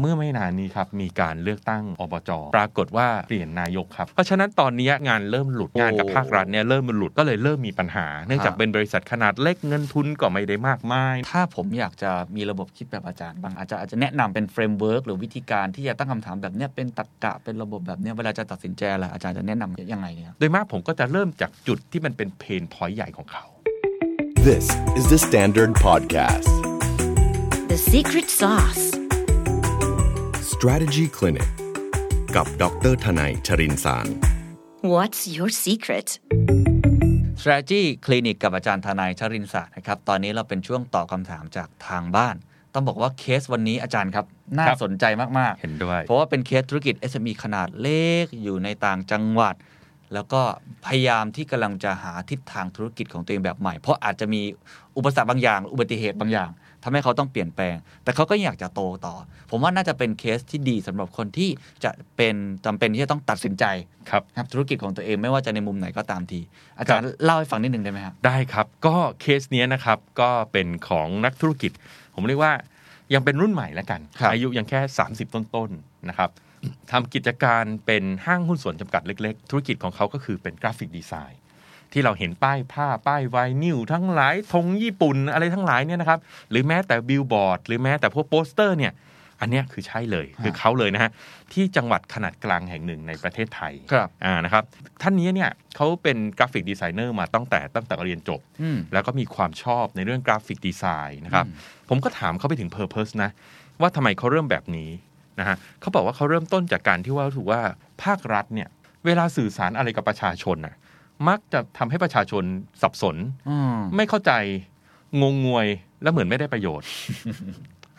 เมื่อไม่นานนี้ครับ มีการเลือกตั้งอบจปรากฏว่าเปลี่ยนนายกครับ เพราะฉะนั้นตอนนี้งานเริ่มหลุดงานกับ โอ้ ภาครัฐเนี่ยเริ่มมันหลุดก็เลยเริ่มมีปัญหา เนื่องจาก ฮะ เป็นบริษัทขนาดเล็กเงินทุนก็ไม่ได้มากมาย ถ้าผมอยากจะมีระบบคิดแบบอาจารย์บางอาจจะอาจจะแนะนำเป็นเฟรมเวิร์กหรือวิธีการที่จะตั้งคำถามแบบเนี้ยเป็นตรรกะเป็นระบบแบบเนี้ยเวลาจะตัดสินใจอะไรอาจารย์จะแนะนำยังไงเนี่ย โดยมากผมก็จะเริ่มจากจุดที่มันเป็นเพนพอยต์ใหญ่ของเขา This is the Standard Podcast. The secret sauce. Strategy Clinic กับดรทนายชรินสาร What's your secret? strategy คลินิกกับอาจารย์ทนายชรินทร์ศาสตร์นะครับตอนนี้เราเป็นช่วงตอบคำถามจากทางบ้าน ต้องบอกว่าเคสวันนี้อาจารย์ครับ น่า ครับ สนใจมาก ๆ เห็นด้วย เพราะว่าเป็นเคสธุรกิจ SME ขนาดเล็กอยู่ในต่างจังหวัด แล้วก็พยายามที่กำลังจะหาทิศทางธุรกิจของตัวเองแบบใหม่ เพราะอาจจะมีอุปสรรคบางอย่าง อุบัติเหตุบางอย่างทำให้เขาต้องเปลี่ยนแปลง แต่เขาก็ยังอยากจะโตต่อ ผมว่าน่าจะเป็นเคสที่ดีสำหรับคนที่จะเป็นจำเป็นที่จะต้องตัดสินใจ ครับ ครับธุรกิจของตัวเองไม่ว่าจะในมุมไหนก็ตามที อาจารย์เล่าให้ฟังนิดนึงได้ไหมครับ ได้ครับ ก็เคสเนี้ยนะครับ ก็เป็นของนักธุรกิจ ผมเรียกว่ายังเป็นรุ่นใหม่แล้วกัน ครับ อายุยังแค่ 30 ต้นๆนะครับทำกิจการเป็นห้างหุ้นส่วนจำกัดเล็กๆ ธุรกิจของเขาก็คือเป็นกราฟิกดีไซน์ ที่เราเห็นป้ายผ้าป้ายไวนิลทั้งหลายธงญี่ปุ่นอะไรทั้งหลายเนี่ยนะครับ หรือแม้แต่บิลบอร์ดหรือแม้แต่พวกโปสเตอร์เนี่ย อันเนี้ยคือใช่เลย คือเขาเลยนะฮะที่จังหวัดขนาดกลางแห่งหนึ่งในประเทศไทย ครับ อ่านะครับท่านนี้เนี่ยเขาเป็นกราฟิกดีไซเนอร์มาตั้งแต่ตั้งแต่เรียนจบ อืม แล้วก็มีความชอบในเรื่องกราฟิกดีไซน์นะครับ ผมก็ถามเขาไปถึงเพอร์เพสนะ ว่าทำไมเขาเริ่มแบบนี้นะฮะเขาบอกว่าเขาเริ่มต้นจากการที่ว่าถือว่าภาครัฐเนี่ยเวลาสื่อสารอะไรกับประชาชนน่ะมักจะทำให้ประชาชนสับสน อืม ไม่เข้าใจงงงวยและเหมือนไม่ได้ประโยชน์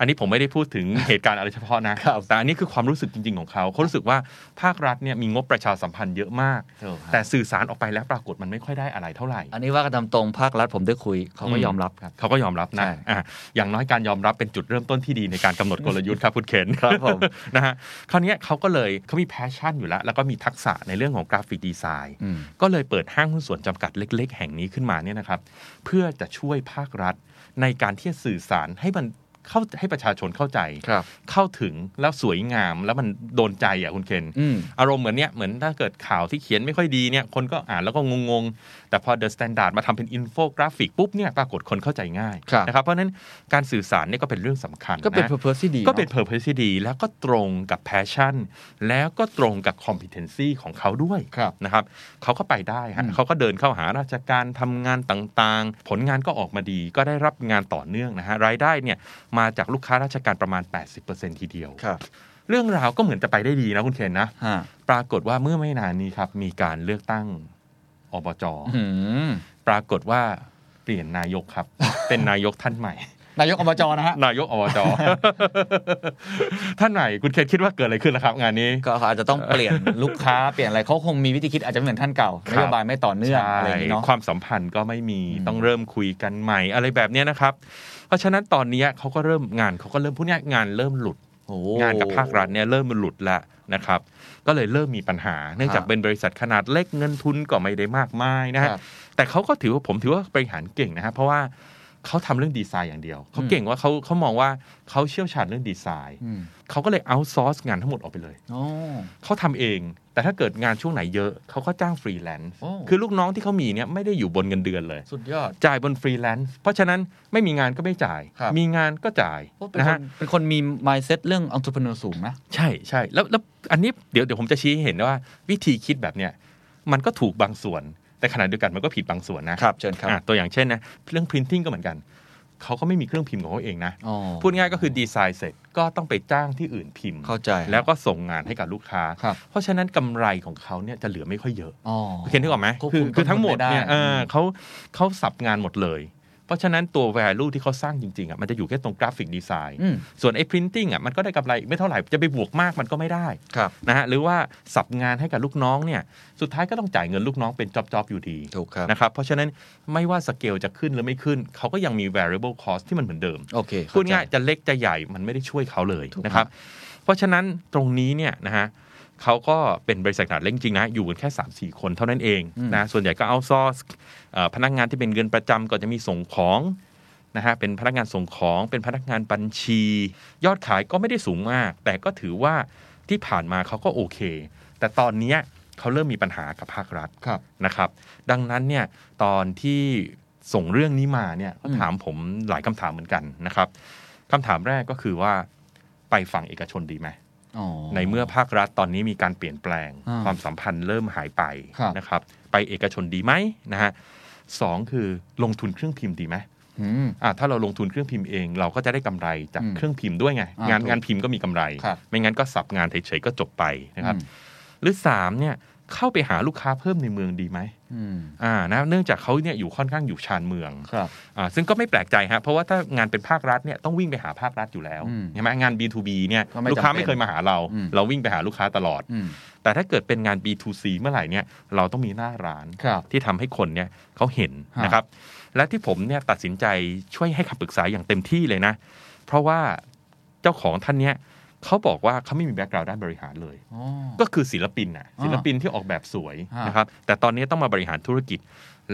อันนี้ผมไม่ได้พูดถึงเหตุการณ์อะไรเฉพาะนะครับ แต่อันนี้คือความรู้สึกจริง ๆ ของเขาเขารู้สึกว่าภาครัฐเนี่ยมีงบประชาสัมพันธ์เยอะมาก ถูกครับ แต่สื่อสารออกไปแล้วปรากฏมันไม่ค่อยได้อะไรเท่าไหร่ อันนี้ว่ากันตามตรงภาครัฐผมได้คุยเขาก็ยอมรับครับ เขาก็ยอมรับนะ ใช่ อ่ะอย่างน้อยการยอมรับเป็นจุดเริ่มต้นที่ดีในการกำหนดกลยุทธ์ครับคุณเคน ครับผม นะฮะคราวเนี้ยเขาก็เลยเขามีแพชชั่นอยู่แล้ว แล้วก็มีทักษะในเรื่องของกราฟิกดีไซน์ อืม ก็เลยเปิดห้างหุ้นส่วนจำกัดเล็ก ๆ แห่งนี้ขึ้นมาเนี่ยนะครับ เพื่อจะช่วยภาครัฐ ในการที่จะสื่อสารให้มันเข้าให้ประชาชนเข้าใจ ครับ เข้าถึงแล้วสวยงามแล้วมันโดนใจอ่ะคุณเคน อืม อารมณ์เหมือนเนี่ยเหมือนถ้าเกิดข่าวที่เขียนไม่ค่อยดีเนี่ยคนก็อ่านแล้วก็งงๆ แต่พอ The Standard มาทำเป็นอินโฟกราฟิกปุ๊บเนี่ยปรากฏคนเข้าใจง่าย ครับ นะครับเพราะฉะนั้นการสื่อสารเนี่ยก็เป็นเรื่องสำคัญ ก็เป็น นะ purpose ที่ดี ก็เป็น อะ เพอร์เพที่ดีแล้วก็ตรงกับแพชชั่น แล้วก็ตรงกับคอมพิเทนซีของเขาด้วย ครับ นะครับเขาก็ไปได้ฮะ อืม เขาก็เดินเข้าหาราชการทำงานต่างๆ ผลงานก็ออกมาดีก็ได้รับงานต่อเนื่องนะฮะรายได้เนี่ยมาจากลูกค้าราชการประมาณ 80%ทีเดียว ครับ เรื่องราวก็เหมือนจะไปได้ดีนะคุณเคนนะ ฮะ ปรากฏว่าเมื่อไม่นานนี้ครับ มีการเลือกตั้งอบจ อืม ปรากฏว่าเปลี่ยนนายก ครับ เป็นนายกท่านใหม่ นายกอบจนะฮะ นายกอบจ ท่านใหม่คุณเคนคิดว่าเกิดอะไรขึ้นล่ะครับ งานนี้ ก็อาจจะต้องเปลี่ยนลูกค้า เปลี่ยนอะไรเขาคงมีวิธีคิดอาจจะไม่เหมือนท่านเก่า ครั น บ โยบายไม่ต่อเนื่องอะไรอย่างนี้เนาะ ใช่ความสัมพันธ์ก็ไม่มี อืม ต้องเริ่มคุยกันใหม่อะไรแบบเนี้ยนะครับ เพราะฉะนั้นตอนเนี้ยเขาก็เริ่มงานเขาก็เริ่มพูดง่ายๆงานเริ่มหลุด งานกับภาครัฐเนี่ยเริ่มมันหลุดละนะครับ ก็เลยเริ่มมีปัญหา เนื่องจาก ครับ เป็นบริษัทขนาดเล็กเงินทุนก็ไม่ได้มากมายนะฮะ ครับ แต่เขาก็ถือว่าผมถือว่าบริหารเก่งนะฮะเพราะว่าเขาทำเรื่องดีไซน์อย่างเดียวเขาเก่งว่าเขาเขามองว่าเขาเชี่ยวชาญเรื่องดีไซน์ อืม เขาก็เลยเอาซอร์สงานทั้งหมดออกไปเลย โอ้ เขาทำเอง แต่ถ้าเกิดงานช่วงไหนเยอะเขาก็จ้างฟรีแลนซ์ โอ้ คือลูกน้องที่เขามีเนี่ยไม่ได้อยู่บนเงินเดือนเลย สุดยอด จ่ายบนฟรีแลนซ์เพราะฉะนั้นไม่มีงานก็ไม่จ่าย ครับ มีงานก็จ่าย โอ้เป็น นะ ค ฮะ นเป็นคนมี mindset เรื่อง entrepreneur สูงนะ ใช่ใช่แล้วแล้วอันนี้เดี๋ยวเดี๋ยวผมจะชี้ให้เห็นว่าวิธีคิดแบบเนี้ยมันก็ถูกบางส่วน แต่ขณะเดียวกันมันก็ผิดบางส่วนนะครับ เชิญครับ อ่ะตัวอย่างเช่นนะเรื่อง printing ก็เหมือนกัน เขาก็ไม่มีเครื่องพิมพ์ของเขาเองนะ อ๋อ พูดง่ายก็คือดีไซน์เสร็จก็ต้องไปจ้างที่อื่นพิมพ์ เข้าใจ แล้วก็ส่งงานให้กับลูกค้า ครับ เพราะฉะนั้นกำไรของเขาเนี่ยจะเหลือไม่ค่อยเยอะ อ๋อ เคนนึกออกไหม ควบคุ คือ ม คือทั้งหมด ต้นทุนไม่ได้ เนี่ยเอออ ม เขาเขาสับงานหมดเลย เพราะฉะนั้นตัว value ที่เขาสร้างจริงๆอ่ะมันจะอยู่แค่ตรงกราฟิกดีไซน์ อืม ส่วนไอ้ printing อ่ะมันก็ได้กำไรไม่เท่าไหร่ จะไปบวกมากมันก็ไม่ได้ ครับ นะฮะหรือว่าสับงานให้กับลูกน้องเนี่ยสุดท้ายก็ต้องจ่ายเงินลูกน้องเป็นจอบๆอยู่ดี ถูกครับ นะครับเพราะฉะนั้นไม่ว่าสเกลจะขึ้นหรือไม่ขึ้น เขาก็ยังมี variable cost ที่มันเหมือนเดิม โอเคเข้ พูดง่าย ใจ จะเล็กจะใหญ่มันไม่ได้ช่วยเขาเลย ถูก นะครับ เพราะฉะนั้นตรงนี้เนี่ยนะฮะเขาก็เป็นบริษัทขนาดเล็กจริงๆนะ อยู่กันแค่ 3 4 คนเท่านั้นเอง อืม นะส่วนใหญ่ก็เอาซอร์สพนักงานที่เป็นเงินประจำก็จะมีส่งของ นะฮะเป็นพนักงานส่งของเป็นพนักงานบัญชี ยอดขายก็ไม่ได้สูงมาก แต่ก็ถือว่าที่ผ่านมาเขาก็โอเค แต่ตอนเนี้ยเขาเริ่มมีปัญหากับภาครัฐ ครับ นะครับดังนั้นเนี่ยตอนที่ส่งเรื่องนี้มาเนี่ยเขา อืม ถามผมหลายคำถามเหมือนกันนะครับคำถามแรกก็คือว่าไปฝั่งเอกชนดีไหม อ๋อ ในเมื่อภาครัฐตอนนี้มีการเปลี่ยนแปลง อ่า ความสัมพันธ์เริ่มหายไป ครับ นะครับไปเอกชนดีไหมนะฮะสองคือลงทุนเครื่องพิมพ์ดีไหม อืม อ่ะถ้าเราลงทุนเครื่องพิมพ์เอง เราก็จะได้กำไรจาก อืม เครื่องพิมพ์ด้วยไง อ่าง าน ถูก งานพิมพ์ก็มีกำไร ครับ ไม่งั้นก็สับงานเฉยๆก็จบไปนะครับหรือสามเนี่ยเข้าไปหาลูกค้าเพิ่มในเมืองดีไหม อืม อ่านะเนื่องจากเขาเนี่ยอยู่ค่อนข้างอยู่ชานเมือง ครับ อ่าซึ่งก็ไม่แปลกใจฮะเพราะว่าถ้างานเป็นภาครัฐเนี่ยต้องวิ่งไปหาภาครัฐอยู่แล้ว อืม ใช่ไหมงาน B2B เนี่ย ก็ไม่ ลูกค้า จำเป็น ไม่เคยมาหาเรา อืม เราวิ่งไปหาลูกค้าตลอด อืม แต่ถ้าเกิดเป็นงาน B2C เมื่อไหร่เนี่ยเราต้องมีหน้าร้าน ครับ ที่ทำให้คนเนี่ยเขาเห็น ฮะ นะครับ และที่ผมเนี่ยตัดสินใจช่วยให้คำปรึกษาอย่างเต็มที่เลยนะ เพราะว่าเจ้าของท่านเนี่ยเขาบอกว่าเขาไม่มีแบ็กกราวด์ด้านบริหารเลย อ๋อ ก็คือศิลปินน่ะ อ่า ศิลปินที่ออกแบบสวย ฮะ นะครับ แต่ตอนนี้ต้องมาบริหารธุรกิจ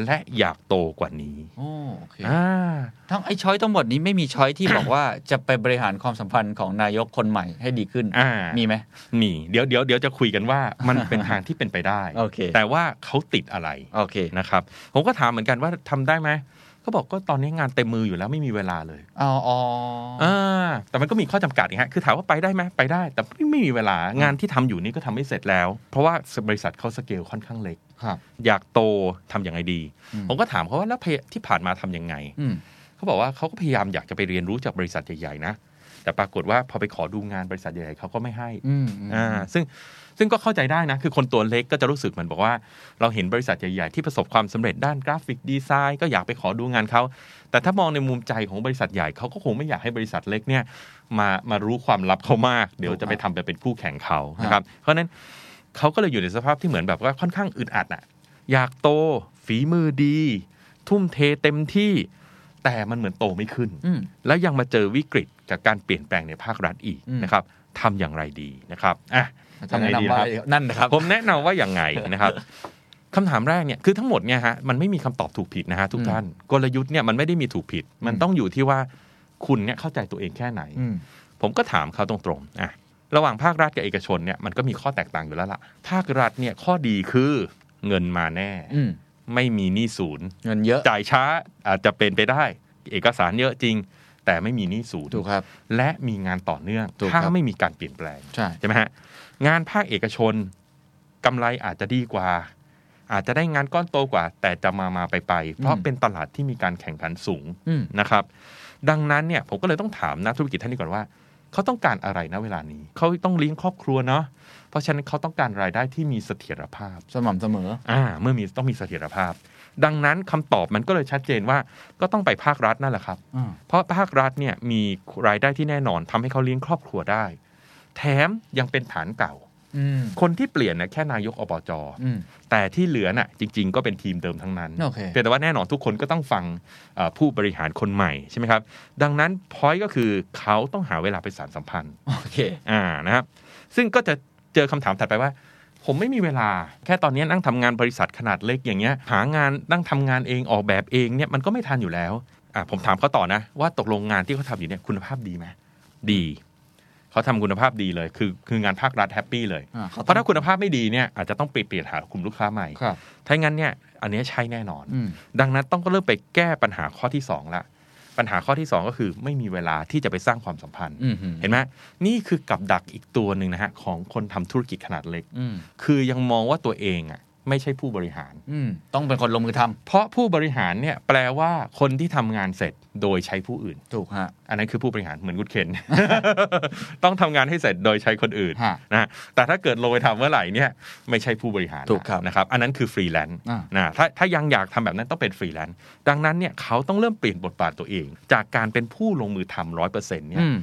และอยากโตกว่านี้ โอ้โอเค อ่า ทั้งไอ้ช้อยทั้งหมดนี้ไม่มีช้อยที่ บอกว่าจะไปบริหารความสัมพันธ์ของนายกคนใหม่ให้ดีขึ้น อ่า มีไหม มีเดี๋ยวเดี๋ยวเดี๋ยวจะคุยกัน ว่ามันเป็นทางที่เป็นไปได้ โอเค แต่ว่าเขาติดอะไร โอเค นะครับ ผมก็ถามเหมือนกันว่าทำได้ไหมเขาบอกก็ตอนนี้งานเต็มมืออยู่แล้วไม่มีเวลาเลย เอาอ๋อ อ่าแต่มันก็มีข้อจำกัดนะฮะคือถามว่าไปได้ไหมไปได้ แต่ไม่มีเวลางานที่ทำอยู่นี่ก็ทำไม่เสร็จแล้ว เพราะว่าบริษัทเขาสเกลค่อนข้างเล็ก ครับ อยากโตทำอย่างไรดี อืม ผมก็ถามเขาว่าแล้วพยที่ผ่านมาทำยังไง อืม เขาบอกว่าเขาก็พยายามอยากจะไปเรียนรู้จากบริษัทใหญ่ๆนะ แต่ปรากฏว่าพอไปขอดูงานบริษัทใหญ่ๆเขาก็ไม่ให้ อืม อ่าซึ่งซึ่งก็เข้าใจได้นะ คือคนตัวเล็กก็จะรู้สึกเหมือนบอกว่า เราเห็นบริษัทใหญ่ๆที่ประสบความสำเร็จด้านกราฟิกดีไซน์ก็อยากไปขอดูงานเขา แต่ถ้ามองในมุมใจของบริษัทใหญ่เขาก็คงไม่อยากให้บริษัทเล็กเนี่ยมามารู้ความลับเขามาก เดี๋ยวจะไปทำไปเป็นคู่แข่งเขานะครับ เพราะฉะนั้นเขาก็เลยอยู่ในสภาพที่เหมือนแบบว่าค่อนข้างอึดอัดอ่ะ อยากโตฝีมือดี ทุ่มเทเต็มที่ แต่มันเหมือนโตไม่ขึ้น อืม แล้วยังมาเจอวิกฤตกับการเปลี่ยนแปลงในภาครัฐอีก อืม นะครับทำอย่างไรดีนะครับอ่ะ อาจารย์ ทำไง แนะ ดี นำว่า นะครับ นั่นนะครับ ผมแนะนำว่าอย่าง ไงนะครับคำถามแรกเนี่ยคือทั้งหมดเนี่ยฮะมันไม่มีคำตอบถูกผิดนะฮะทุกท่านกลยุทธ์เนี่ยมันไม่ได้มีถูกผิด มัน อืม ต้องอยู่ที่ว่าคุณเนี่ยเข้าใจตัวเองแค่ไหน อืม ผมก็ถามเขาตรงๆอ่ะระหว่างภาครัฐกับเอกชนเนี่ยมันก็มีข้อแตกต่างอยู่แล้วล่ะ ภาครัฐเนี่ยข้อดีคือเงินมาแน่ อืม ไม่มีหนี้ศูนย์ เงินเยอะ จ่ายช้าอาจจะเป็นไปได้ เอกสารเยอะจริง แต่ไม่มีหนี้ศูนย์ ถูกครับ และมีงานต่อเนื่อง ถูกครับ ถ้าไม่มีการเปลี่ยนแปลง ใช่ ใช่ไหมฮะงานภาคเอกชนกำไรอาจจะดีกว่า อาจจะได้งานก้อนโตกว่า แต่จะมามาไปไปๆเพราะเป็นตลาดที่มีการแข่งขันสูง อืม นะครับ ดังนั้นเนี่ยผมก็เลยต้องถามนักธุรกิจท่านนี้ก่อนว่า เขาต้องการอะไรนะเวลานี้ เขาต้องเลี้ยงครอบครัวเนาะเพราะฉะนั้นเขาต้องการรายได้ที่มีเสถียรภาพ สม่ำเสมอ อ่าเมื่อมีต้องมีเสถียรภาพ ดังนั้นคำตอบมันก็เลยชัดเจนว่าก็ต้องไปภาครัฐนั่นแหละครับ อืม เพราะภาครัฐเนี่ยมีรายได้ที่แน่นอนทำให้เขาเลี้ยงครอบครัวได้ แถมยังเป็นฐานเก่า อืม คนที่เปลี่ยนนะแค่นายกอบจ อืม แต่ที่เหลือน่ะจริง ๆ ก็เป็นทีมเดิมทั้งนั้น โอเค เพียงแต่ว่าแน่นอนทุกคนก็ต้องฟังเอ่อผู้บริหารคนใหม่ใช่ไหมครับ ดังนั้นพอยก็คือเขาต้องหาเวลาไปสานสัมพันธ์ โอเค อ่านะครับซึ่งก็จะเจอคำถามถัดไปว่า ผมไม่มีเวลา แค่ตอนนี้นั่งทำงานบริษัทขนาดเล็กอย่างเงี้ย หางานนั่งทำงานเองออกแบบเองเนี่ยมันก็ไม่ทันอยู่แล้วอ่าผมถามเขาต่อนะ ว่าตกลงงานที่เขาทำอยู่เนี่ยคุณภาพดีไหมดีเขาทำคุณภาพดีเลย คือคืองานภาครัฐแฮปปี้เลย อ่ขอ เพราะถ้าคุณภาพไม่ดีเนี่ยอาจจะต้องไปเปลี่ยนหากลุ่มลูกค้าใหม่ ครับ ถ้างั้นเนี่ยอันเนี้ยใช่แน่นอน อืม ดังนั้นต้องก็เริ่มไปแก้ปัญหาข้อที่สองละปัญหาข้อที่สองก็คือไม่มีเวลาที่จะไปสร้างความสัมพันธ์ อืม เห็นไหมนี่คือกับดักอีกตัวหนึ่งนะฮะ ของคนทำธุรกิจขนาดเล็ก อืม คือยังมองว่าตัวเองอ่ะไม่ใช่ผู้บริหาร อืมต้องเป็นคนลงมือทำ เพราะผู้บริหารเนี่ยแปลว่าคนที่ทำงานเสร็จโดยใช้ผู้อื่น ถูกฮะ อันนั้นคือผู้บริหารเหมือนกุดเข็น ต้องทำงานให้เสร็จโดยใช้คนอื่น ฮะ นะแต่ถ้าเกิดลงไปทำเมื่อไหร่เนี่ยไม่ใช่ผู้บริหาร ถูกครับ นะครับ อันนั้นคือฟรีแลนซ์ อ่า นะถ้าถ้ายังอยากทำแบบนั้นต้องเป็นฟรีแลนซ์ดังนั้นเนี่ยเขาต้องเริ่มเปลี่ยนบทบาทตัวเอง จากการเป็นผู้ลงมือทำร้อยเปอร์เซ็นต์เนี่ย อืม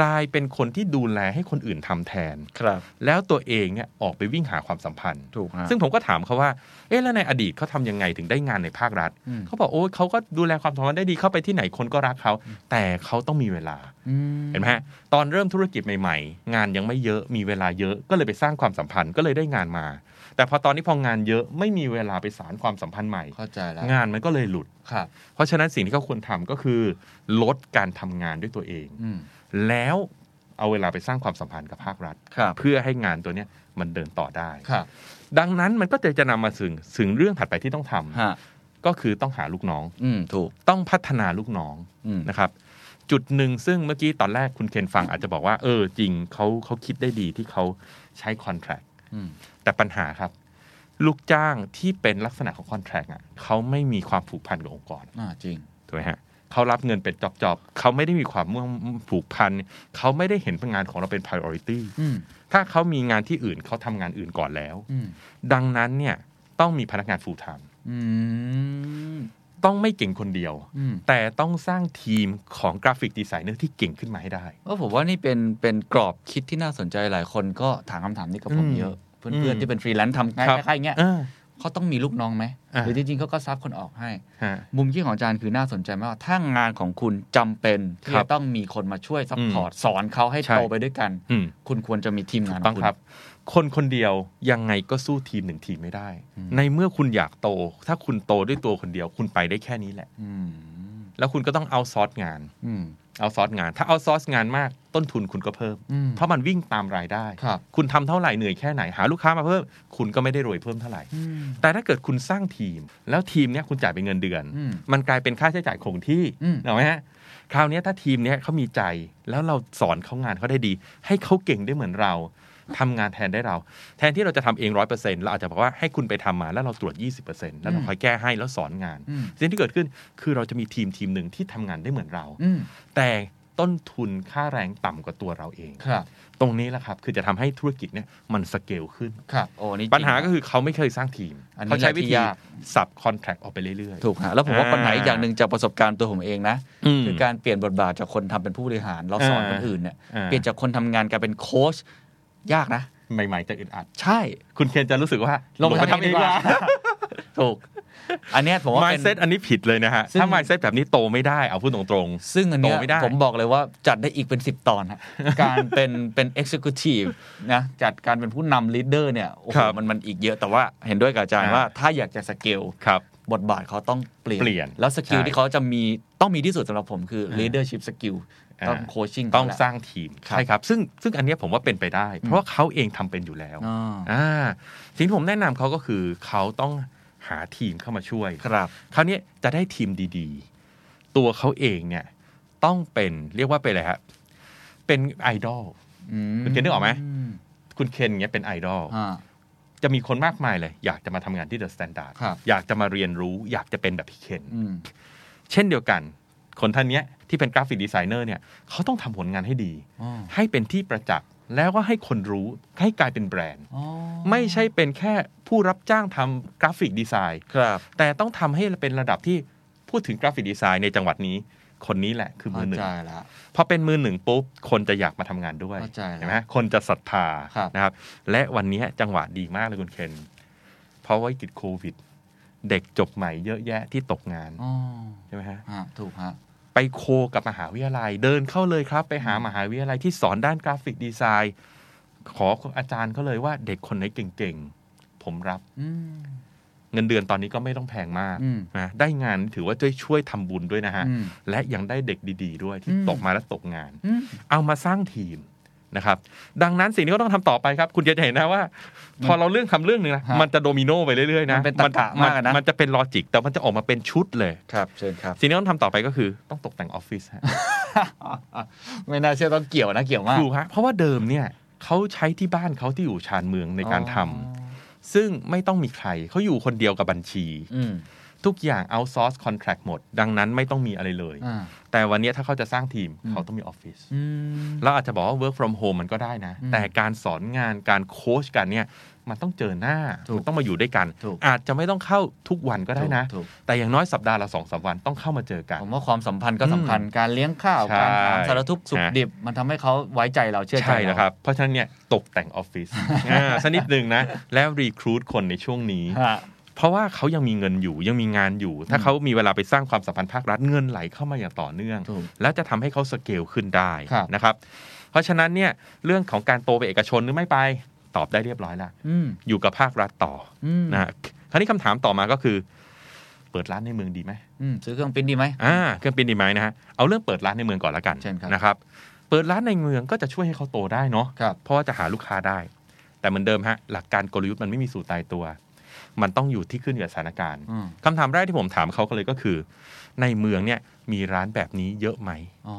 กลายเป็นคนที่ดูแลให้คนอื่นทำแทน ครับ แล้วตัวเองเนี่ยออกไปวิ่งหาความสัมพันธ์ ถูกฮะ ซึ่งผมก็ถามเขาว่า เอ๊ะแล้วในอดีตเขาทำยังไงถึงได้งานในภาครัฐ อืม เขาบอกโอ้ยเขาก็ดูแลความสัมพันธ์ได้ดีเข้าไปที่ไหนคนก็รักเขา แต่เขาต้องมีเวลา อืม เห็นไหมฮะ ตอนเริ่มธุรกิจใหม่ๆ งานยังไม่เยอะมีเวลาเยอะก็เลยไปสร้างความสัมพันธ์ก็เลยได้งานมา แต่พอตอนนี้พองานเยอะไม่มีเวลาไปสารความสัมพันธ์ใหม่ เข้าใจแล้ว งานมันก็เลยหลุด ครับ เพราะฉะนั้นสิ่งที่เขาควรทำก็คือลดการทำงานด้วยตัวเอง อืม แล้วเอาเวลาไปสร้างความสัมพันธ์กับภาครัฐ ครับ เพื่อให้งานตัวเนี้ยมันเดินต่อได้ ครับ ดังนั้นมันก็จะจะนำมาถึงถึงเรื่องถัดไปที่ต้องทำ ฮะ ก็คือต้องหาลูกน้อง อืมถูก ต้องพัฒนาลูกน้อง อืม นะครับจุดหนึ่งซึ่งเมื่อกี้ตอนแรกคุณเคนฟังอาจจะบอกว่า เออจริงเขาเขาคิดได้ดีที่เขาใช้คอนแท c t อืม แต่ปัญหาครับ ลูกจ้างที่เป็นลักษณะของคอนแท c t อ่ะเขาไม่มีความผูกพันกับองค์กร อ่าจริง ถูกไหมฮะเขารับเงินเป็นจอบๆเขาไม่ได้มีความมุ่งผูกพันเขาไม่ได้เห็นงานของเราเป็น priority อืม ถ้าเขามีงานที่อื่นเขาทำงานอื่นก่อนแล้ว อืม ดังนั้นเนี่ยต้องมีพนักงาน full time อืม ต้องไม่เก่งคนเดียว อืม แต่ต้องสร้างทีมของกราฟิกดีไซเนอร์ที่เก่งขึ้นมาให้ได้ ว่าผมว่านี่เป็นเป็นกรอบคิดที่น่าสนใจหลายคนก็ถามคำถามนี้กับผม อืม เยอะ เพื่อน อืม ๆที่เป็นฟรีแลนซ์ทำง่าย ครับ คล้ายๆเงี้ย เออ เขาต้องมีลูกน้องไหม อ่า หรือจริงๆเขาก็ซับคนออกให้ ฮะ มุมที่ของอาจารย์คือน่าสนใจมากว่าถ้างานของคุณจำเป็นที่ ครับ จะต้องมีคนมาช่วยซัพพอร์ตสอนเขาให้ ใช่ โตไปด้วยกัน อืม คุณควรจะมีทีมงานข ต้ อ อง งคุณ ครับ คนคนเดียวยังไงก็สู้ทีมหนึ่งทีมไม่ได้ อืม ในเมื่อคุณอยากโต ถ้าคุณโตด้วยตัวคนเดียว คุณไปได้แค่นี้แหละ อืม แล้วคุณก็ต้องเอาซอร์สงาน อืม เอาซอร์สงาน ถ้าเอาซอร์สงานมากต้นทุนคุณก็เพิ่ม อืม เพราะมันวิ่งตามรายได้ ครับ คุณทำเท่าไหร่เหนื่อยแค่ไหนหาลูกค้ามาเพิ่ม คุณก็ไม่ได้รวยเพิ่มเท่าไหร่ อืม แต่ถ้าเกิดคุณสร้างทีม แล้วทีมเนี้ยคุณจ่ายเป็นเงินเดือน อืม มันกลายเป็นค่าใช้จ่ายคงที่ อืม เห็นไหมฮะคราวเนี้ยถ้าทีมเนี้ยเขามีใจแล้วเราสอนเขางานเขาได้ดี ให้เขาเก่งได้เหมือนเราทำงานแทนได้เรา แทนที่เราจะทำเองร้อยเปอร์เซ็นต์เราอาจจะบอกว่าให้คุณไปทำมาแล้วเราตรวจ 20%แล้วเราคอยแก้ให้แล้วสอนงาน อืม สิ่งที่เกิดขึ้นคือเราจะมีทีมทีมหนึ่งที่ทำงานได้เหมือนเรา อืม แต่ต้นทุนค่าแรงต่ำกว่าตัวเราเอง ครับ ตรงนี้แหละครับคือจะทำให้ธุรกิจเนี่ยมันสเกลขึ้น ครับโอ้นี่จริง ปัญหาก็คือเขาไม่เคยสร้างทีม อันนี้ เขาใช้วิธี แหละที่ยาก สับคอนแทคออกไปเรื่อย ถูกฮะแล้วผมว่า อ่า ปัญหาอีกอย่างหนึ่งจากประสบการณ์ตัวผมเองนะ ๆอืม คือการเปลี่ยนบทบาทจากคนทำเป็นผู้บริหารเราสอน อ่า คนอื่นเนี่ย อ่า เปลี่ยนจากคนทำงานกลายเป็นโค้ชยากนะ ใหม่ ๆ จะอึดอัด ใช่ คุณเคนจะรู้สึกว่าลงไปทำเองดีกว่า ถูก อันเนี้ยผมว่าเป็น mindset อันนี้ผิดเลยนะฮะ ซึ่ง ถ้า mindset แบบนี้โตไม่ได้เอาพูดตรง ซึ่งอันเนี้ย โตไม่ได้ ผมบอกเลยว่าจัดได้อีกเป็น 10 ตอน ฮะ การเป็นเป็น executive นะจัดการเป็นผู้นำ leader เนี่ยโอ้โห ครับ มันมันอีกเยอะแต่ว่าเห็นด้วยกับอาจารย์ อ่า ว่าถ้าอยากจะสเกล ๆ ครับ บทบาทเขาต้องเปลี่ยน เปลี่ยน แล้วสกิล ใช่ ที่เขาจะมีต้องมีที่สุดสำหรับผมคือ leadership skill อ่า ต้อง coaching ต้อง เขาแหละ สร้างทีม ครับ ใช่ครับ ซึ่งซึ่งอันเนี้ยผมว่าเป็นไปได้ เพราะว่าเขาเองทำเป็นอยู่แล้ว อ่า อ่าสิ่งที่ผมแนะนำเขาก็คือเขาต้องหาทีมเข้ามาช่วย ครับ คราวนี้จะได้ทีมดีๆ ตัวเขาเองเนี่ยต้องเป็นเรียกว่าเป็นอะไรฮะเป็นไอดอล อืม คุณเคนนึกออกไหม คุณเคนเนี่ยเป็นไอดอล อ่า จะมีคนมากมายเลย อยากจะมาทำงานที่เดอะสแตนดาร์ด ครับ อยากจะมาเรียนรู้ อยากจะเป็นแบบพี่เคน อืม เช่นเดียวกัน คนท่านเนี้ยที่เป็นกราฟิกดีไซเนอร์เนี่ยเขาต้องทำผลงานให้ดี อ๋อ ให้เป็นที่ประจักษ์แล้วก็ให้คนรู้ให้กลายเป็นแบรนด์ อ๋อ ไม่ใช่เป็นแค่ผู้รับจ้างทำกราฟิกดีไซน์ ครับ แต่ต้องทำให้เป็นระดับที่พูดถึงกราฟิกดีไซน์ในจังหวัดนี้ คนนี้แหละคือมื เข้า อหนึ่ ใจ ง ละ พอเป็นมือหนึ่งปุ๊บ คนจะอยากมาทำงานด้วย เข้าใจแล้ว เห็นไหมคนจะศรัทธา ครับ นะครับ และวันนี้จังหวะดีมากเลยคุณเคน เพราะว่าวิกฤตโควิด เด็กจบใหม่เยอะแยะที่ตกงาน อ๋อ ใช่ไหมฮะ ฮะถูกฮะ ไปโคกับมหาวิทยาลัย เดินเข้าเลยครับ ไปหามหาวิทยาลัยที่สอนด้านกราฟิกดีไซน์ ขออาจารย์เขาเลยว่าเด็กคนไหนเก่งๆ ผมรับ อืม เงินเดือนตอนนี้ก็ไม่ต้องแพงมาก อืม นะได้งานถือว่าช่วยช่วยทำบุญด้วยนะฮะ อืม และยังได้เด็กดีๆ ด้วยที่ อืม ตกมาแล้วตกงาน อืม เอามาสร้างทีมนะครับ ดังนั้นสิ่งที่เขาต้องทำต่อไปครับ คุณจะเห็นนะว่า พอเราเรื่องทำเรื่องหนึ่งนะ ฮะ มันจะโดมิโนไปเรื่อยๆนะ มันเป็นตรรกะมากอะนะ มันจะเป็นลอจิกแต่มันจะออกมาเป็นชุดเลย ครับเชิญครับ สิ่งที่ต้องทำต่อไปก็คือต้องตกแต่งออฟฟิศฮะ ไม่น่าเชื่อต้องเกี่ยวนะเกี่ยวมาก ถูกฮะเพราะว่าเดิมเนี่ยเขาใช้ที่บ้านเขาที่อยู่ชานเมืองในการทำซึ่งไม่ต้องมีใครเขาอยู่คนเดียวกับบัญชี อืม ทุกอย่างเอาซอร์สคอนแท c t หมด ดังนั้นไม่ต้องมีอะไรเลย อ่า แต่วันนี้ถ้าเขาจะสร้างทีม อืม เขาต้องมีออฟฟิศ อืม เราอาจจะบอกว่า work from home มันก็ได้นะ อืม แต่การสอนงานการโค้ชกันเนี่ย มันต้องเจอหน้า ถูก มันต้องมาอยู่ด้วยกัน ถูก อาจจะไม่ต้องเข้าทุกวันก็ได้นะ ถูก แต่อย่างน้อยสัปดาห์ละสองสามวันต้องเข้ามาเจอกัน ผมว่าความสัมพันธ์ก็สำคัญการเลี้ยงข้าว ใช่ การถามสารทุกข์สุข ฮะ ดิบ มันทำให้เขาไว้ใจเราเชื่อใจ ใช่แล้วครับ เพราะฉะนั้นเนี่ยตกแต่งออฟ ฟิศ อ่าสักนิดหนึ่งนะ แล้วรีครูดคนในช่วงนี้ ฮะ เพราะว่าเขายังมีเงินอยู่ยังมีงานอยู่ ถ้าเขามีเวลาไปสร้างความสัมพันธ์ภาครัฐเงินไหลเข้ามาอย่างต่อเนื่อง ถูก และจะทำให้เขาสเกลขึ้นได้ ครับ นะครับ เพราะฉะนั้นเนี่ยเรื่องของการโตไปเอกชนหรือไม่ไปตอบได้เรียบร้อยแล้ว อืม อยู่กับภาครัฐต่อ อืม อนะคราวนี้คำถามต่อมาก็คือ เปิดร้านในเมืองดีไหม อืมซื้อเครื่องปริ้นดีไหม อ่าเครื่องปริ้นดีไหมนะฮะเอาเรื่องเปิดร้านในเมืองก่อนละกัน เชิญครับ นะครับ เปิดร้านในเมืองก็จะช่วยให้เขาโตได้เนาะ ครับ เพราะว่าจะหาลูกค้าได้ แต่เหมือนเดิมฮะ หลักการกลยุทธ์มันไม่มีสูตรตายตัว มันต้องอยู่ที่ขึ้นกับสถานการณ์ อืม คำถามแรกที่ผมถามเขาก็เลยก็คือ ในเมืองเนี่ยมีร้านแบบนี้เยอะไหม อ๋อ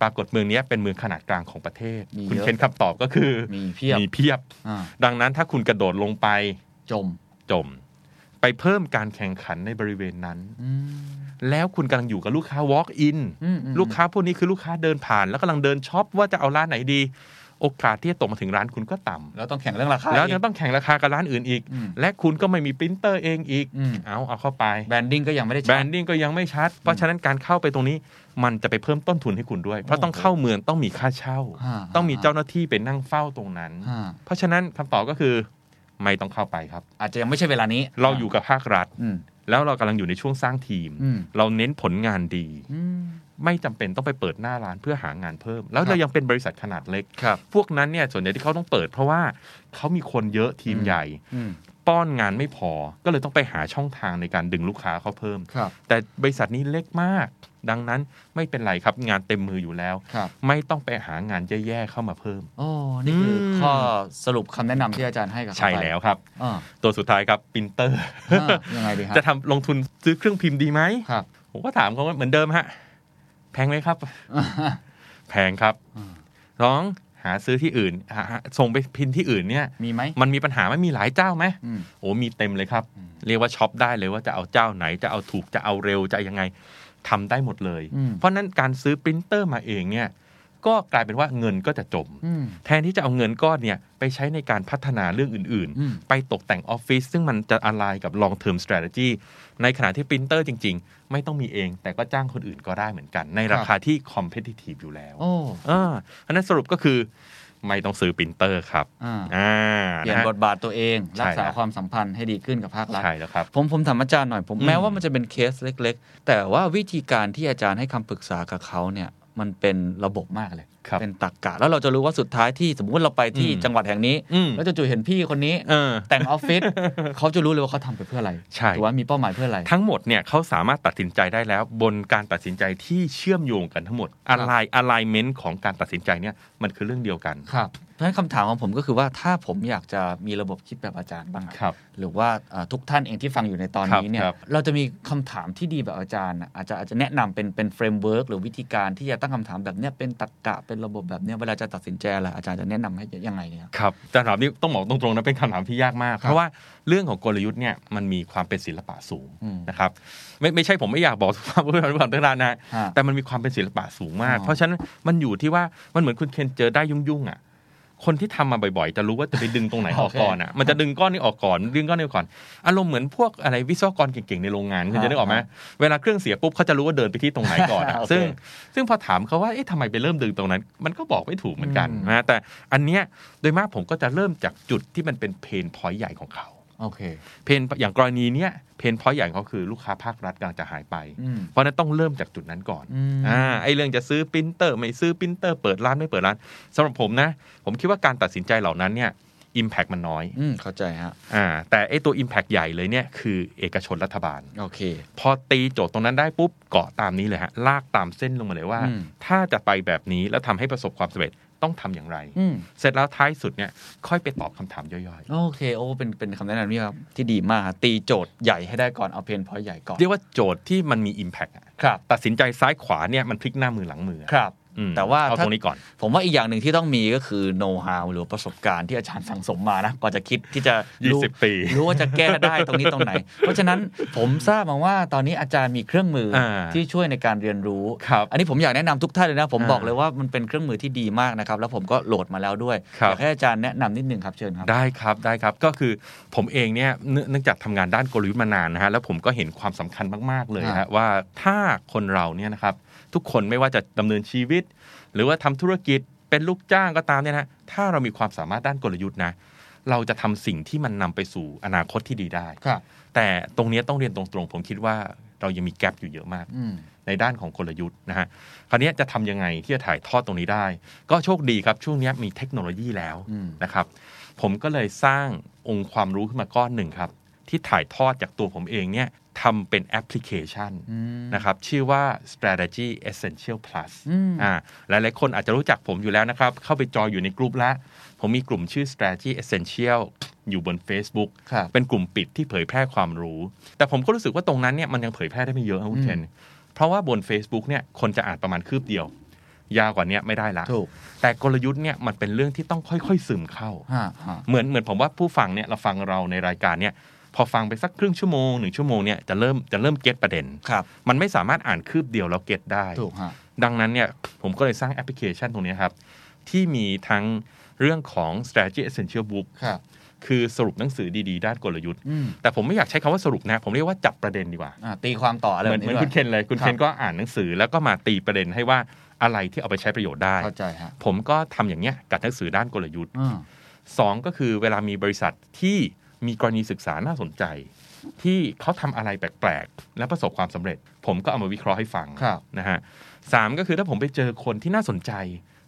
ปรากฏเมืองเนี้ยเป็นเมืองขนาดกลางของประเทศคุมีณ เยอะ เคนคำตอบก็คือ มีเพียบ มีเพียบ อ่า ดังนั้นถ้าคุณกระโดดลงไป จม จม ไปเพิ่มการแข่งขันในบริเวณนั้น อืม แล้วคุณกำลังอยู่กับลูกค้า walk in อืมอืม ลูกค้าพวกนี้คือลูกค้าเดินผ่าน แล้วกำลังเดินช็อปว่าจะเอาร้านไหนดี โอกาสที่จะตกมาถึงร้านคุณก็ต่ำ แล้วต้องแข่งเรื่องราคา แล้ว อีก ยังต้องแข่งราคากับร้านอื่นอีก อืม และคุณก็ไม่มีปรินเตอร์เองอีก อืม เอาเอาเข้าไป แบรนดิ้งก็ยังไม่ได้ชัด แบรนดิ้งก็ยังไม่ชัด เพราะฉะนั้นการเข้าไปตรงนี้มันจะไปเพิ่มต้นทุนให้คุณด้วย เพราะต้องเข้าเมืองต้องมีค่าเช่า ฮะ ต้องมีเจ้าหน้าที่ไปนั่งเฝ้าตรงนั้น อ่า เพราะฉะนั้นคำตอบก็คือไม่ต้องเข้าไปครับ อาจจะยังไม่ใช่เวลานี้ เราอยู่กับภาครัฐ อืม แล้วเรากำลังอยู่ในช่วงสร้างทีม อืม เราเน้นผลงานดี อืม ไม่จำเป็นต้องไปเปิดหน้าร้านเพื่อหางานเพิ่ม แล้ว ครั เรา บ ยังเป็นบริษัทขนาดเล็ก ครับ พวกนั้นเนี่ยส่วนใหญ่ที่เขาต้องเปิด เพราะว่าเขามีคนเยอะทีมใหญ่ อืม ป้อนงานไม่พอ ก็เลยต้องไปหาช่องทางในการดึงลูกค้าเข้าเพิ่ม ครับ แต่บริษัทนี้เล็กมาก ดังนั้นไม่เป็นไรครับงานเต็มมืออยู่แล้ว ครับ ไม่ต้องไปหางานแย่ๆเข้ามาเพิ่ม โอ้ นี่คืออ ม ข้อสรุปคำแนะนำที่อาจารย์ให้กับเขา ใช่ ไป แล้วครับ อ่า ตัวสุดท้ายครับปรินเตอร์ อ่ายังไงดีครับ จะทำลงทุนซื้อเครื่องพิมพ์ดีไหม ครับ ผมก็ถามเขาว่าเหมือนเดิมฮะ แพงไหม ครับ อ่า แพงครับ อืม ร้องหาซื้อที่อื่นหาหาส่งไปพิมพ์ที่อื่นเนี่ย มีไหม มันมีปัญหาไหมมีหลายเจ้าไหม อืม โอ้มีเต็มเลยครับ อืม เรียกว่าช็อปได้เลยว่าจะเอาเจ้าไหนจะเอาถูกจะเอาเร็วจะยังไงทำได้หมดเลย อืม เพราะฉะนั้นการซื้อปรินเตอร์มาเองเนี่ยก็กลายเป็นว่าเงินก็จะจม อืม แทนที่จะเอาเงินก้อนเนี่ยไปใช้ในการพัฒนาเรื่องอื่น อืม ไปตกแต่งออฟฟิศซึ่งมันจะอะไรกับ long term strategy ในขณะที่ปรินเตอร์จริง ๆ ไม่ต้องมีเอง แต่ก็จ้างคนอื่นก็ได้เหมือนกัน ในราคาที่ competitive อยู่แล้ว โอ้ อ่าอันนั้นสรุปก็คือไม่ต้องซื้อปรินเตอร์ครับ อ่า อ่า เปลี่ยน นะฮะ บทบาทตัวเอง ใช่ รักษา แล้ว ความสัมพันธ์ให้ดีขึ้นกับภาครัฐ ใช่แล้วครับ ผมผมถามอาจารย์หน่อยผม อืม แม้ว่ามันจะเป็นเคสเล็ก ๆ แต่ว่าวิธีการที่อาจารย์ให้คำปรึกษากับเขาเนี่ย มันเป็นระบบมากเลย ครับ เป็นตรกกะ แล้วเราจะรู้ว่าสุดท้ายที่สมมติเราไปที่ อืม จังหวัดแห่งนี้ อืม แล้วจู่ๆเห็นพี่คนนี้ เออ แต่งออฟฟิ ศ เขาจะรู้เลยว่าเขาทำไปเพื่ออะไร ใช่ ถูกว่ามีเป้าหมายเพื่ออะไร ทั้งหมดเนี่ยเขาสามารถตัดสินใจได้แล้ว บนการตัดสินใจที่เชื่อมโยงกันทั้งหมดอะไรอะไรเมนต์ของการตัดสินใจเนี่ยมันคือเรื่องเดียวกัน ครับเพราะฉะนั้นคำถามของผมก็คือว่าถ้าผมอยากจะมีระบบคิดแบบอาจารย์บ้างอะ ครับ หรือว่าเอ่อทุกท่านเองที่ฟังอยู่ในตอนนี้เนี่ย ครับครับ เราจะมีคำถามที่ดีแบบอาจารย์อะอาจจะอาจจะแนะนำเป็นเป็นเฟรมเวิร์กหรือวิธีการที่จะตั้งคำถามแบบเนี้ยเป็นตรรกะเป็นระบบแบบเนี้ยเวลาจะตัดสินใจอะไรอาจารย์จะแนะนำให้ยังไงเนี่ย ครับคำถามนี้ต้องบอกตรงๆนะเป็นคำถามที่ยากมาก ครับ เพราะว่าเรื่องของกลยุทธ์เนี่ยมันมีความเป็นศิลปะสูง อืม นะครับไม่ไม่ใช่ผมไม่อยาก บอกความรู้ความรู้ด้านนะ ฮะ แต่มันมีความเป็นศิลปะสูงมาก อ๋อ เพราะฉะนั้นมันอยู่ที่ว่ามันเหมือนคุณเคนเจอได้ยุ่งๆอ่ะคนที่ทำมาบ่อยๆ จะรู้ว่าจะไปดึงตรงไหนออกก่อนอ่ะมันจะดึงก้อนนี้ออกก่อนดึงก้อนนี้ออกก่อนอารมณ์เหมือนพวกอะไรวิศวกรเก่งๆในโรงงานคุณจะนึกออกไหมเวลาเครื่องเสียปุ๊บเขาจะรู้ว่าเดินไปที่ตรงไหนก่อนอะ โอเค ซึ่ง ซึ่งพอถามเขาว่าเอ๊ะทำไมไปเริ่มดึงตรงนั้น มันก็บอกไม่ถูกเหมือนกัน อืม นะแต่อันเนี้ยโดยมากผมก็จะเริ่มจากจุดที่มันเป็นเพนพอยใหญ่ของเขา โอเค เพนอย่างกรณีเนี้ยเพนพอยใหญ่ของเขาคือลูกค้าภาครัฐกำลังจะหายไป อืม เพราะฉะนั้นต้องเริ่มจากจุดนั้นก่อน อืม ไอเรื่องจะซื้อปรินเตอร์ ไม่ซื้อปรินเตอร์ เปิดร้านไม่เปิดร้านสำหรับผมนะ ผมคิดว่าการตัดสินใจเหล่านั้นเนี่ยอิมแพมันน้อย อืมเข้าใจฮะ อ่าแต่ไอตัว Impact ใหญ่เลยเนี่ยคือเอกชนรัฐบาล โอเค พอตีโจทย์ตรงนั้นได้ปุ๊บเกาะตามนี้เลยฮะ ลากตามเส้นลงมาเลยว่า อืม ถ้าจะไปแบบนี้แล้วทำให้ประสบความสำเร็จต้องทำอย่างไร อืม เสร็จแล้วท้ายสุดเนี่ยค่อยไปตอบคำถามย่อย โอเคโอ้เป็นเป็นคำแนะนำที่ครับที่ดีมากฮะตีโจทย์ใหญ่ให้ได้ก่อนเอาเพนพอยใหญ่ก่อๆนเรียกว่าโจทย์ที่มันมี Impact อะ ครับ ตัดสินใจซ้ายขวาเนี่ยมันพลิกหน้ามือหลังมืออะ ครับ อืม แต่ว่า เอา ถ้า ตรงนี้ก่อน ผมว่าอีกอย่างหนึ่งที่ต้องมีก็คือโน้ตฮาวหรือประสบการณ์ที่อาจารย์สั่งสมมานะก่อนจะคิดที่จะรู้ 20ปี รู้ว่าจะแก้ได้ตรงนี้ตรงไหน เพราะฉะนั้นผมทราบมาว่าตอนนี้อาจารย์มีเครื่องมืออา ที่ช่วยในการเรียนรู้ ครับ อันนี้ผมอยากแนะนำทุกท่านเลยนะ ผม อ่า บอกเลยว่ามันเป็นเครื่องมือที่ดีมากนะครับ แล้วผมก็โหลดมาแล้วด้วย ครับ อยากให้อาจารย์แนะนำนิดนึงครับเชิญครับ ได้ครับได้ครับก็คือผมเองเนี่ยเนื่องเนื่องจากทำงานด้านกลยุทธ์มานานนะฮะแล้วผมก็เห็นความสำคัญมาก ๆ เลย ครับ ฮะว่าถ้าคนเราเนี่ยนะครับทุกคนไม่ว่าจะดำเนินชีวิต หรือว่าทำธุรกิจเป็นลูกจ้างก็ตามเนี่ยนะถ้าเรามีความสามารถด้านกลยุทธ์นะเราจะทำสิ่งที่มันนำไปสู่อนาคตที่ดีได้ ครับ แต่ตรงเนี้ยต้องเรียนตรงๆ ผมคิดว่าเรายังมีแกลบอยู่เยอะมาก อืม ในด้านของกลยุทธ์นะฮะ คราวเนี้ยจะทำยังไงที่จะถ่ายทอดตรงนี้ได้ ก็โชคดีครับ ช่วงเนี้ยมีเทคโนโลยีแล้ว อืม นะครับ ผมก็เลยสร้างองค์ความรู้ขึ้นมาก้อนหนึ่งครับ ที่ถ่ายทอดจากตัวผมเองเนี่ยทำเป็นแอปพลิเคชันนะครับ ชื่อว่า strategy essential plus อ่าหลายๆคนอาจจะรู้จักผมอยู่แล้วนะครับ เข้าไปจอยอยู่ในกลุ่มละ ผมมีกลุ่มชื่อ strategy essential อยู่บน Facebook ครับ เป็นกลุ่มปิดที่เผยแพร่ความรู้ แต่ผมก็รู้สึกว่าตรงนั้นเนี่ยมันยังเผยแพร่ได้ไม่เยอะนะคุณเคนเพราะว่าบน Facebook เนี่ยคนจะอ่านประมาณคืบเดียว ยาวกว่าเนี้ยไม่ได้ละ ถูก แต่กลยุทธ์เนี่ยมันเป็นเรื่องที่ต้องค่อยๆ ซึมเข้า ฮะฮะ เหมือนเหมือนผมว่าผู้ฟังเนี่ยเราฟังเราในรายการเนี่ยพอฟังไปสักครึ่งชั่วโมงหนึ่งชั่วโมงเนี่ยจะเริ่มจะเริ่มเก็ตประเด็น ครับ มันไม่สามารถอ่านคืบเดียวแล้วเก็ตได้ ถูกฮะ ดังนั้นเนี่ยผมก็เลยสร้างแอปพลิเคชันตรงเนี้ยครับ ที่มีทั้งเรื่องของ strategy essential book ครับ คือสรุปหนังสือดีๆ ด้านกลยุทธ์ อืม แต่ผมไม่อยากใช้คำว่าสรุปนะ ผมเรียกว่าจับประเด็นดีกว่า อ่าตีความต่ออะไร เหมือน แบบ เหมือน ด้คุวยณเคนเลยคุณ ครับ เคนก็อ่านหนังสือ แล้วก็มาตีประเด็นให้ว่าอะไรที่เอาไปใช้ประโยชน์ได้ เข้าใจฮะ ผมก็ทำอย่างเนี้ยกับหนังสือด้านกลยุทธ์ อืม สองก็คือเวลามีบริษัทที่มีกรณีศึกษาน่าสนใจ ที่เขาทำอะไรแปลกๆ และประสบความสำเร็จ ผมก็เอามาวิเคราะห์ให้ฟัง ครับ นะฮะสามก็คือถ้าผมไปเจอคนที่น่าสนใจ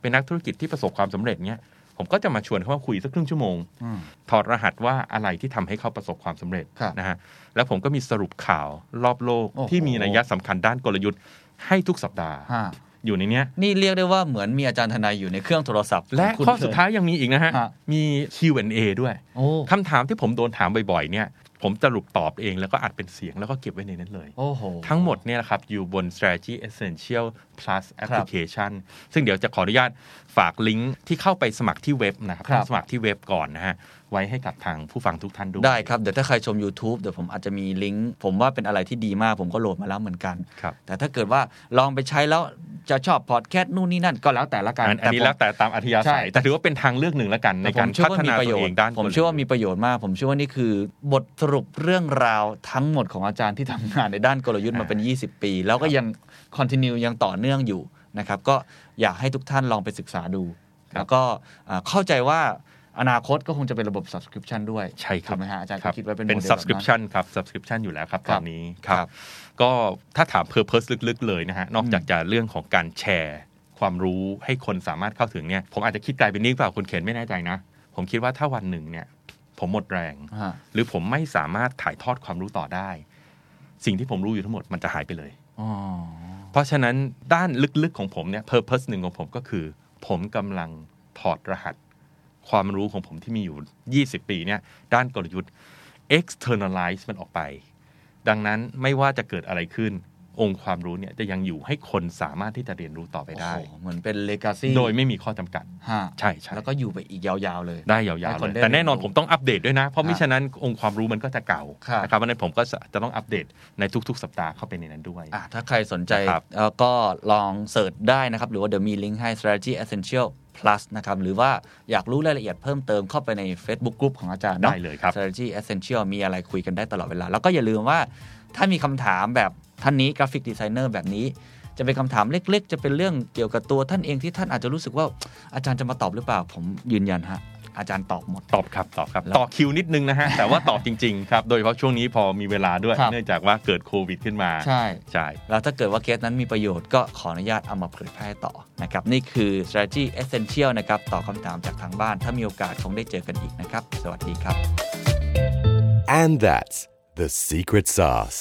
เป็นนักธุรกิจที่ประสบความสำเร็จเนี้ยผมก็จะมาชวนเขามาคุยสักครึ่งชั่วโมง อืม ถอดรหัสว่าอะไรที่ทำให้เขาประสบความสำเร็จ ครับ นะฮะแล้วผมก็มีสรุปข่าวรอบโลก โอ้โห ที่มีนัยสำคัญด้านกลยุทธ์ให้ทุกสัปดาห์ ฮะ อยู่ในเนี้ย นี่เรียกได้ว่าเหมือนมีอาจารย์ทนายอยู่ในเครื่องโทรศัพท์ และ ขงคุณ ข้อสุด เคน ท้ายยังมีอีกนะฮะ ฮะ มี Q&A ด้วย โอ้ คำถามที่ผมโดนถามบ่อยๆเนี่ย ผมสรุปตอบเองแล้วก็อัดเป็นเสียงแล้วก็เก็บไว้ในนั้นเลย โอ้โห ทั้งหมดเนี่ยนะครับ อยู่บน strategy essential plus application ซึ่งเดี๋ยวจะขออนุญาตฝากลิงก์ที่เข้าไปสมัครที่เว็บนะครับ ครับ ต้องสมัครที่เว็บก่อนนะฮะไว้ให้กับทางผู้ฟังทุกท่านด้วย ได้ครับ เดี๋ยวถ้าใครชม YouTube เดี๋ยวผมอาจจะมีลิงก์ผมว่าเป็นอะไรที่ดีมาก ผมก็โหลดมาแล้วเหมือนกัน ครับ แต่ถ้าเกิดว่าลองไปใช้แล้วจะชอบพอดแคสต์นู่นนี่นั่นก็แล้วแต่ละกัน อันอันนี้ ผม แล้วแต่ตามอัธยา ใช่ ศัย แต่ถือว่าเป็นทางเลือกหนึ่งละกัน ในการ ผมเชื่อ พั ว่ ฒ มี นา ประ ตั โยว เอ ช ง น์ ด้าน ผกมลยุทธ์ เชื่อว่ามีประโยชน์มาก ผมเชื่อว่านี่คือบทสรุปเรื่องราวทั้งหมดของอาจารย์ที่ทำงานในด้านกลยุทธ์มาเป็น 20 ปี แล้วก็ยังคอนติเนียยังต่อเนื่องอยู่นะครับก็อยากให้ทุกท่านลองไปศึกษาดู แล้วก็อ่าเข้าใจว่าอนาคตก็คงจะเป็นระบบ subscription ด้วย ใช่ครับ ถูกไหมฮะอาจารย์ คบ คิดไว้เป็น เป็น โมดลแบบ subscription ครับ subscription อยู่แล้วครับ ค ต รั อบ นนี้ครับ ครับ ก็ถ้าถาม purpose ลึกๆ เลยนะฮะ นอกจากจะเรื่องของการแชร์ ความรู้ให้คนสามารถเข้าถึงเนี่ย ผมอาจจะคิดไกลไปนิดเปล่าคุณเขียนไม่แน่ใจนะ ผมคิดว่าถ้าวันหนึ่งเนี่ย ผมหมดแรง ฮะ หรือผมไม่สามารถถ่ายทอดความรู้ต่อได้ สิ่งที่ผมรู้อยู่ทั้งหมดมันจะหายไปเลย อ๋อ เพราะฉะนั้นด้านลึกๆของผมเนี่ยเพอร์เพสหนึ่งของผมก็คือ ผมกำลังถอดรหัส ความรู้ของผมที่มีอยู่ 20 ปีเนี่ยด้านกลยุทธ์ externalize มันออกไป ดังนั้นไม่ว่าจะเกิดอะไรขึ้น องค์ความรู้เนี่ยจะยังอยู่ให้คนสามารถที่จะเรียนรู้ต่อไปได้ โอ้โหเหมือนเป็นเลกาซี โดยไม่มีข้อจำกัด ฮะ ใช่ใช่ แล้วก็อยู่ไปอีกยาวๆเลย ได้ยาว ให้ ๆ คน เล ได้ ยแต่แน่นอน เรียนรู้ ผมต้องอัปเดตด้วยนะ เพราะ ฮะ มิฉะนั้นองค์ความรู้มันก็จะเก่า ครับ นะครับวันนั้นผมก็จะต้องอัปเดตในทุก ๆ สัปดาห์เข้าไปในนั้นด้วย อ่ะถ้าใครสนใจ ครับ เอ่อก็ลองเสิร์ชได้นะครับ หรือว่าเดี๋ยวมีลิงก์ให้ strategy essential plus นะครับ หรือว่าอยากรู้รายละเอียดเพิ่มเติมเข้าไปใน Facebook Group ของอาจารย์นอะ ได้เลยครับ strategy essential มีอะไรคุยกันได้ตลอดเวลา แล้วก็อย่าลืมว่าถ้ามีคำถามแบบท่านนี้กราฟิกดีไซเนอร์แบบนี้ จะเป็นคำถามเล็ก ๆ จะเป็นเรื่องเกี่ยวกับตัวท่านเองที่ท่านอาจจะรู้สึกว่าอาจารย์จะมาตอบหรือเปล่า ผมยืนยันฮะอาจารย์ตอบหมด ตอบครับตอบครับ แล้ว ต่อคิวนิดนึง นะฮะ แต่ว่าตอบจริง ๆ ครับ โดยเฉพาะช่วงนี้พอมีเวลาด้วย ครับ เนื่องจากว่าเกิดโควิดขึ้นมา ใช่ ใช่ แล้วถ้าเกิดว่าเคสนั้นมีประโยชน์ก็ขออนุญาตเอามาเผยแพร่ต่อนะครับ นี่คือ strategy essential นะครับตอบคำถามจากทางบ้าน ถ้ามีโอกาสคงได้เจอกันอีกนะครับ สวัสดีครับ And that's the secret sauce.